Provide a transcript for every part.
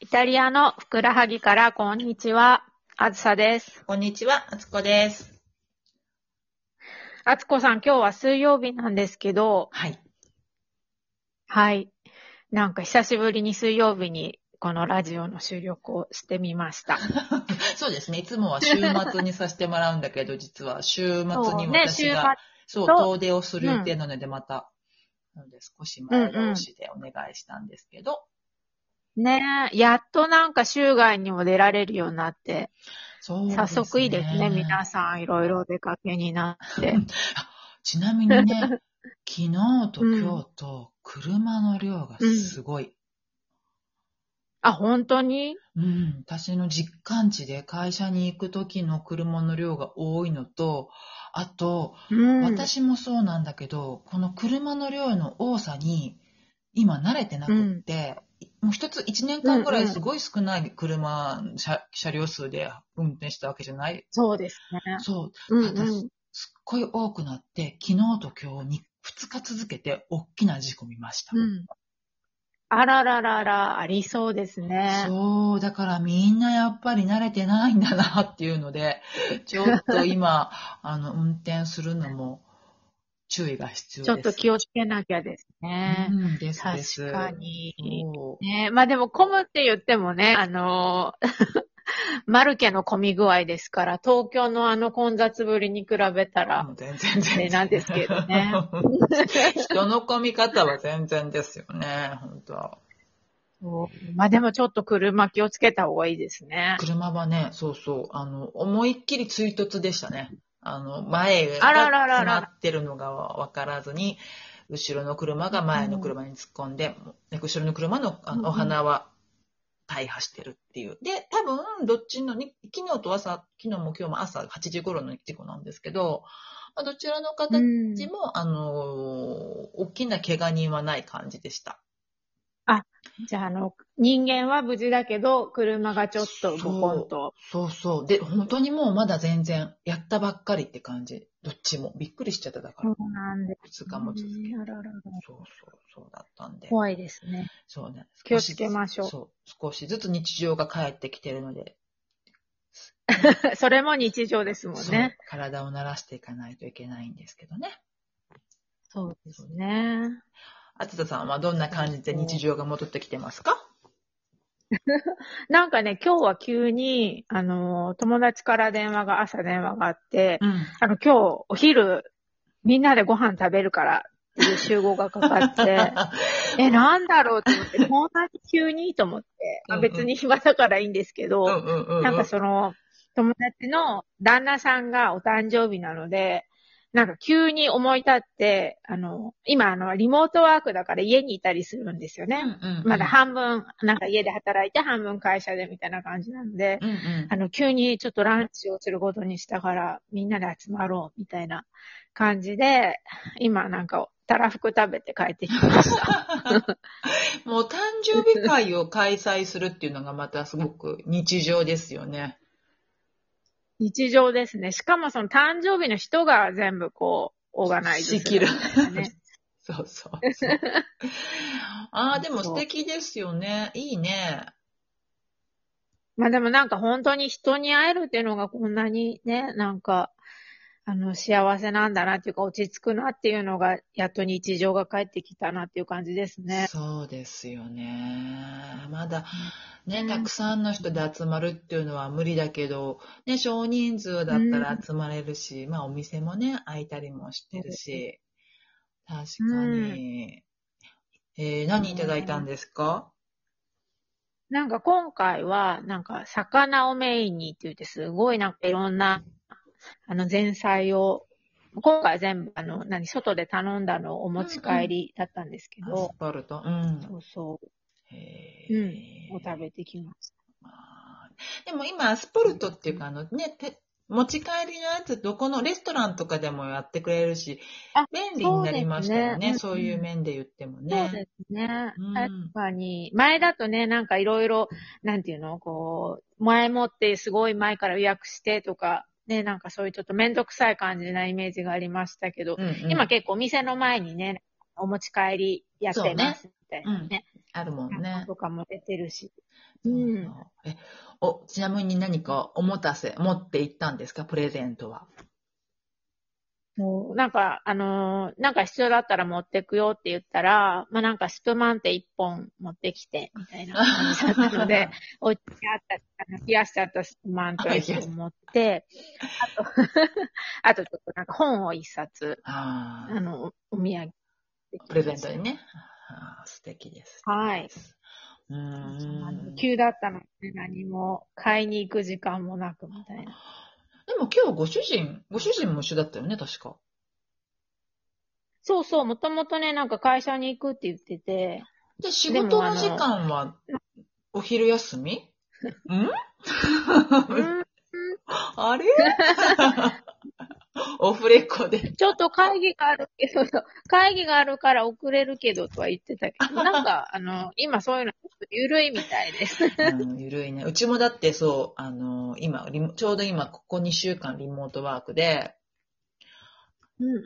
イタリアのふくらはぎからこんにちは。あずさです。こんにちは、あつこです。あつこさん、今日は水曜日なんですけど、はい。はい。なんか久しぶりに水曜日にこのラジオの収録をしてみました。そうですね。いつもは週末にさせてもらうんだけ ど、実は週末そにうね、週私末。が、そう,、そう遠出をする予定なので、また、なので少し前倒しでお願いしたんですけど、ねやっとなんか州外にも出られるようになって、そうですね。早速いいですね。皆さんいろいろ出かけになって。ち なみにね、昨日と今日と車の量がすごい。あ、本当にうん、私の実感値で会社に行く時の車の量が多いのと、あと、うん。私もそうなんだけど、この車の量の多さに今慣れてなくって、もう一つ1年間ぐらいすごい少ない車、車車両数で運転したわけじゃない。そうですね。そう、うんただうん。すっごい多くなって、昨日と今日に2日続けて大きな事故見ました。うん。あらららら、ありそうですね。そう、だからみんなやっぱり慣れてないんだなっていう ので、ちょっと今、あの、運転するのも注意が必要ちょっです。と気をつけなきゃですね。うん、ですです。確かに。そうねまあでも混むって言ってもね、あのー マルケの混み具合ですから、東京のあの混雑ぶりに比べたら、もう全然全ね然。なんですけどね 人の混み方は全然ですよね、本当まあでもちょっと車気をつけた方がいいですね。車はね、そうそう、あの、思いっきり追突でしたね。あの、前があらららら詰まってるのがわからずに、後ろの車が前の車に突っ込んで、で後ろの車のあうんうんのお花は大破してるっていう。で、多分、どっちのに、昨日と朝、昨日も今日も朝8時頃の事故なんですけど、まあどちらの方うんちも、あのー大きな怪我人はない感じでした。じゃあ、あの、人間は無事だけど、車がちょっとボコンと。そうそう。で、本当にもうまだ全然、やったばっかりって感じ。どっちも。びっくりしちゃっただから。うなんで2日も続けて。あららららそうそう、そうだったんで。怖いですね。そうね。気をつけましょうそう。少しずつ日常が帰ってきてるので、それも日常ですもんそうね。体を慣らしていかないといけないんですけどね。そうですね。あつたさんはどんな感じで日常が戻ってきてますかなんかね、今日は急に、あのー、友達から電話が、朝電話があって、 うん。あの、今日お昼、みんなでご飯食べるから、っていう集合がかか って、え、なんだろうと思って、こんなに急にと思って、うあんうん別に暇だからいいんですけうんど、うんうんうん。なんかその、友達の旦那さんがお誕生日なので、なんか急に思い立って、あの、今あの、リモートワークだから家にいたりするんですよね。うんうんうんまだ半分、なんか家で働いて半分会社でみたいな感じなんで、うんうんあの、急にちょっとランチをすることにしたから、みんなで集まろうみたいな感じで、今なんか、たらふく食べて帰ってきま した。もう誕生日会を開催するっていうのがまたすごく日常です よね。日常ですね。しかもその誕生日の人が全部こう、オーガナイズするみたいなね、そうそうそう。ああ、でも素敵ですよね。いいね。まあでもなんか本当に人に会えるっていうのがこんなにね、なんか、あの、幸せなんだなっていうか、落ち着くなっていうのが、やっと日常が帰ってきたなっていう感じですね。そうですよね。まだ、うね、んたくさんの人で集まるっていうのは無理だけど、ね、少人数だったら集まれるし、まあお店もね、開いたりもしてるし、確かに。えー何いただいたんですか、なんか今回は、なんか魚をメインにって言って、すごいなんかいろんな、あの前菜を、今回全部、あの、何、外で頼んだのをお持ち帰りだったんですけアど、スパルト。うん。そうそへう、うーん、を食べてきましまあでも今、アスポルトっていうか、あのね、て持ち帰りのやつ、どこのレストランとかでもやってくれるしあ、便利になりましたよね。そそううですねいう面で言ってもた。そうね。ですね。うん確かに、前だとね、なんかいろいろ、なんていうの、こう、前もってすごい前から予約してとか、ね、なんかそういうちょっとめんどくさい感じなイメージがありましたけど、うんうん今結構お店の前にね、お持ち帰りやってますみたいなね、あるもん看板ね。とかも出てるし、うんそうそうえおちなみに何かおもたせ、持って行ったんですか、プレゼントは。もうなんか、あのーなんか必要だったら持ってくよって言ったら、まあ、なんかスプマンテ1本持ってきて、みたいな感じだったの で、お家にあった、あの冷やしちゃったスプマンテ1本持って、あと、あとちょっとなんか本を1冊、あああ、の、お土産。プレゼントに。ね。あー素敵です。はい。うーん。で急だったので何も買いに行く時間もなくみたいな。も今日ご主人、ご主人も一緒だったよね、確か。そうそう、もともとね、なんか会社に行くって言ってて、で、仕で事もあのの時間は、お昼休み んうん、 あれ オフレコで。ちょっと会議があるけど、会議があるから遅れるけどとは言ってたけ ど、なんか、あの、今そういうのちょっと緩いみたいです。うん、ゆるいね。うちもだってそう、あの今リモ、ちょうど今、ここ2週間リモートワークで、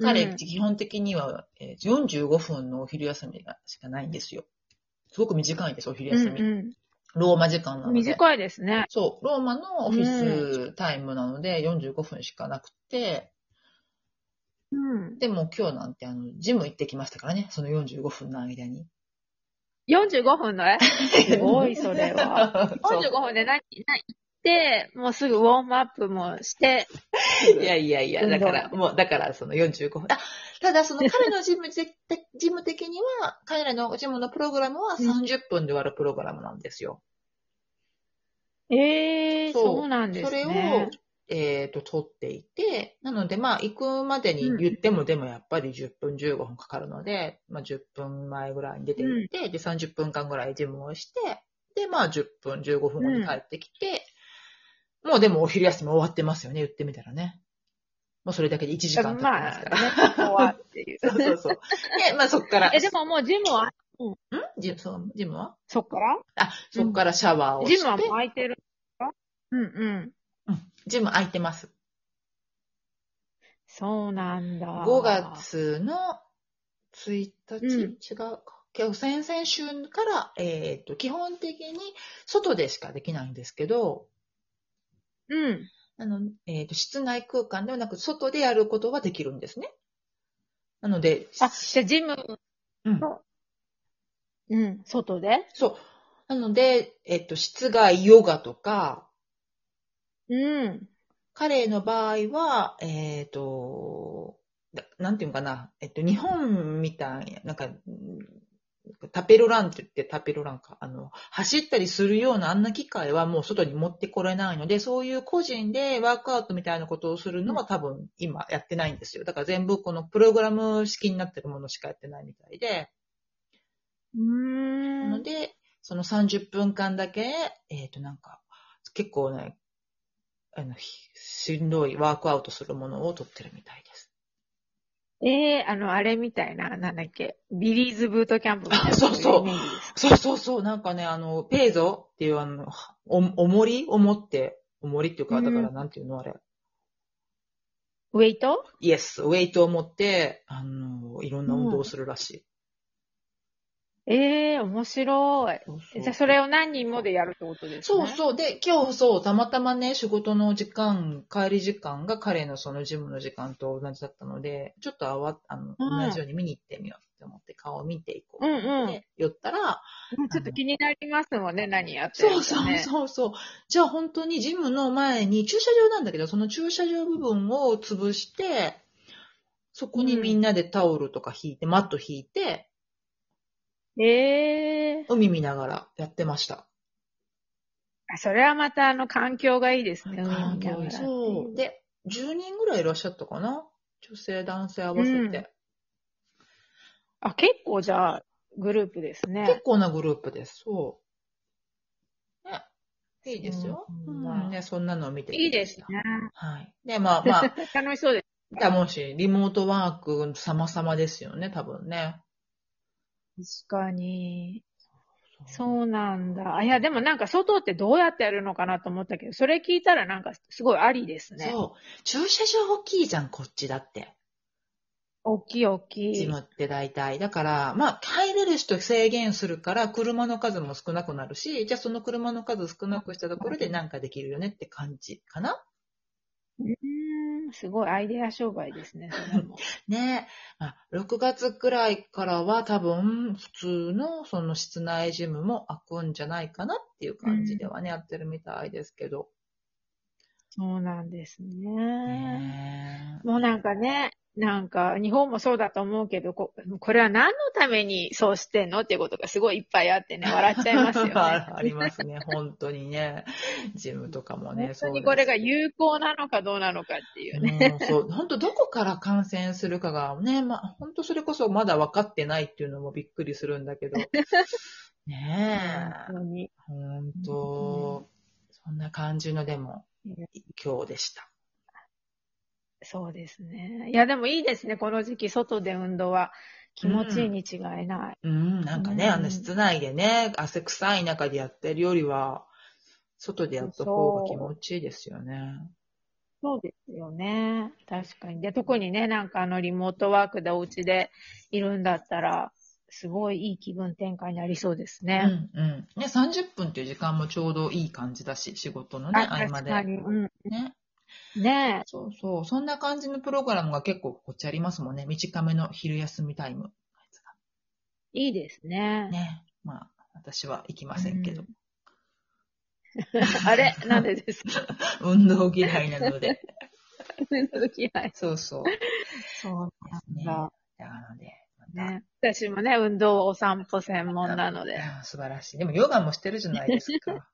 彼、基本的には、えー45分のお昼休みがしかないんですよ。すごく短いんです、お昼うん、休み。う。ローマ時間なんので。短いですね。そう、ローマのオフィスタイムなので45分しかなくて、うん。でも今日なんてあの、ジム行ってきましたからね、その45分の間に。 45分のえすごい、それは。 そう45分で何、何行って、もうすぐウォームアップもして、いやいやいや、だから、もう、だからその45分。あ、ただそ の彼のジムぜ、ジム的には、彼らのジムのプログラムは30分で終わるプログラムなんですよ。ええー、そうそうなんですそれねを。、えっ、と、取っていて、なので、まあ、行くまでに言っても、でもやっぱり10分、15分かかるので、まあ、10分前ぐらいに出て行って、で、30分間ぐらいジムをして、で、まあ、10分、15分後に帰ってきて、もうでもお昼休み終わってますよね、言ってみたらね。もうそれだけで1時間経ってまますあ、かねら。、ここはっていう。 そうそうそう。で、まあ、そっから、え、でももうジムは、ジムそうジムはそっからあ、そっからシャワーをして、ジムはもう空いてるんですかうんうん。うんジム空いてます。そうなんだ。 5。月の1日、うん違うか。先々週から、えっ、と、基本的に外でしかできないんですけど、うん。あの、えっ、と、室内空間ではなく、外でやることはできるんですね。なので、あ、じゃあジム、うんうん、外でそう。なので、えっ、と、室外ヨガとか、うん。彼の場合は、えっ、と、ななんていうのかな、えっと、日本みたいな、なんか、うんタペロランって言ってタペロランか、あの、走ったりするようなあんな機会はもう外に持ってこれないので、そういう個人でワークアウトみたいなことをするのは多分今やってないんですよ。だから全部このプログラム式になってるものしかやってないみたいで。うー。なんので、その30分間だけ、えっ、と、なんか、結構ね、あの、ひしんどいワークアウトするものを撮ってるみたいです。ええー、あの、あれみたいな、なんだっけ、ビリーズブートキャンプみたいな。あそうそういイメージですそうそうそう、なんかね、あの、ペーゾっていうあの、お、重りを持って、重りっていうか、うんだからなんていうのあれ。ウェイトイエス、ウェイトを持って、あの、いろんな運動をするらしい。ええー、面白い。そうそうじゃあそれを何人もでやるってことですそね。うそう。で、今日そう、たまたまね、仕事の時間、帰り時間が彼のそのジムの時間と同じだったので、ちょっとあわ、あの、うん同じように見に行ってみようって思って、顔を見ていこう。うんうんで、寄ったら、うん。ちょっと気になりますもんね、何やってるそか、うね。そうそうそう。じゃあ本当にジムの前に駐車場なんだけど、その駐車場部分を潰して、そこにみんなでタオルとか引いて、マット引いて、ええー。海見ながらやってました。あそれはまた、あの、環境がいいですね。環境海を見ながらっていそう。で、10人ぐらいいらっしゃったかな女性、男性合わせうんて。あ、結構じゃあ、グループですね結。構なグループです。そう。ね、いいですよ。ううんん、ね、そんなのを見ていいですねね。。はい。で、まあま あ、楽しそうです。多分し、リモートワーク様々ですよね、多分ね。確かに。そうなんだ。あいや、でもなんか外ってどうやってやるのかなと思ったけど、それ聞いたらなんかすごいありですね。そう。駐車場大きいじゃん、こっちだって。大きい大きい。ジムって大体。だから、まあ、入れる人制限するから、車の数も少なくなるし、じゃあその車の数少なくしたところでなんかできるよねって感じかなうーん、すごいアイデア商売ですね、そ れも。ねえ。まあ、6月くらいからは多分、普通のその室内ジムも開くんじゃないかなっていう感じではね、やってるみたいですけど。そうなんですね。ねえもうなんかね、なんか日本もそうだと思うけど、ここれは何のためにそうしてんのっていうことがすごいいっぱいあってね、 笑っちゃいますよね。あありますね。本当にね。ジムとかもね。本当にこれがそうです有効なのかどうなのかっていうね。うんそう。本当どこから感染するかがね、まあ、本当それこそまだ分かってないっていうのもびっくりするんだけ ど。ねえ。本当に。本当、そんな感じのでも、今日でした。そうですね。いや、でもいいですね、この時期、外で運動は気持ちいいに違いない。うん、なんかね、うんあの室内でね、汗臭い中でやってるよりは、外でやった方が気持ちいいですよね。そうですよね。確かに。で、特にね、なんかあの、リモートワークでお家でいるんだったら、すごいいい気分転換になりそうですうね。んうん。ね、30分っていう時間もちょうどいい感じだし、仕事のね、合間確で。かに。うん。ね。ねえ。そうそう。そんな感じのプログラムが結構こっちありますもんね。短めの昼休みタイムのやつが。いいですね。ね。まあ、私は行きませんけど。 あれなんでですか運動嫌いなので。嫌い。そ うそう。そうね。なんなので、だ。ね。私もね、運動お散歩専門なのいで。や素晴らしい。でもヨガもしてるじゃないですか。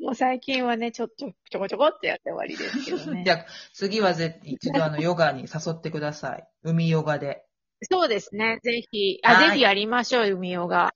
もう最近はね、ちょ、ちょ、ちょこちょこってやって終わりですけどね じ。ゃあ、次はぜ、一度あの、ヨガに誘ってください。海ヨガで。そうですね。ぜひ、はあ、いぜひやりましょう、海よが。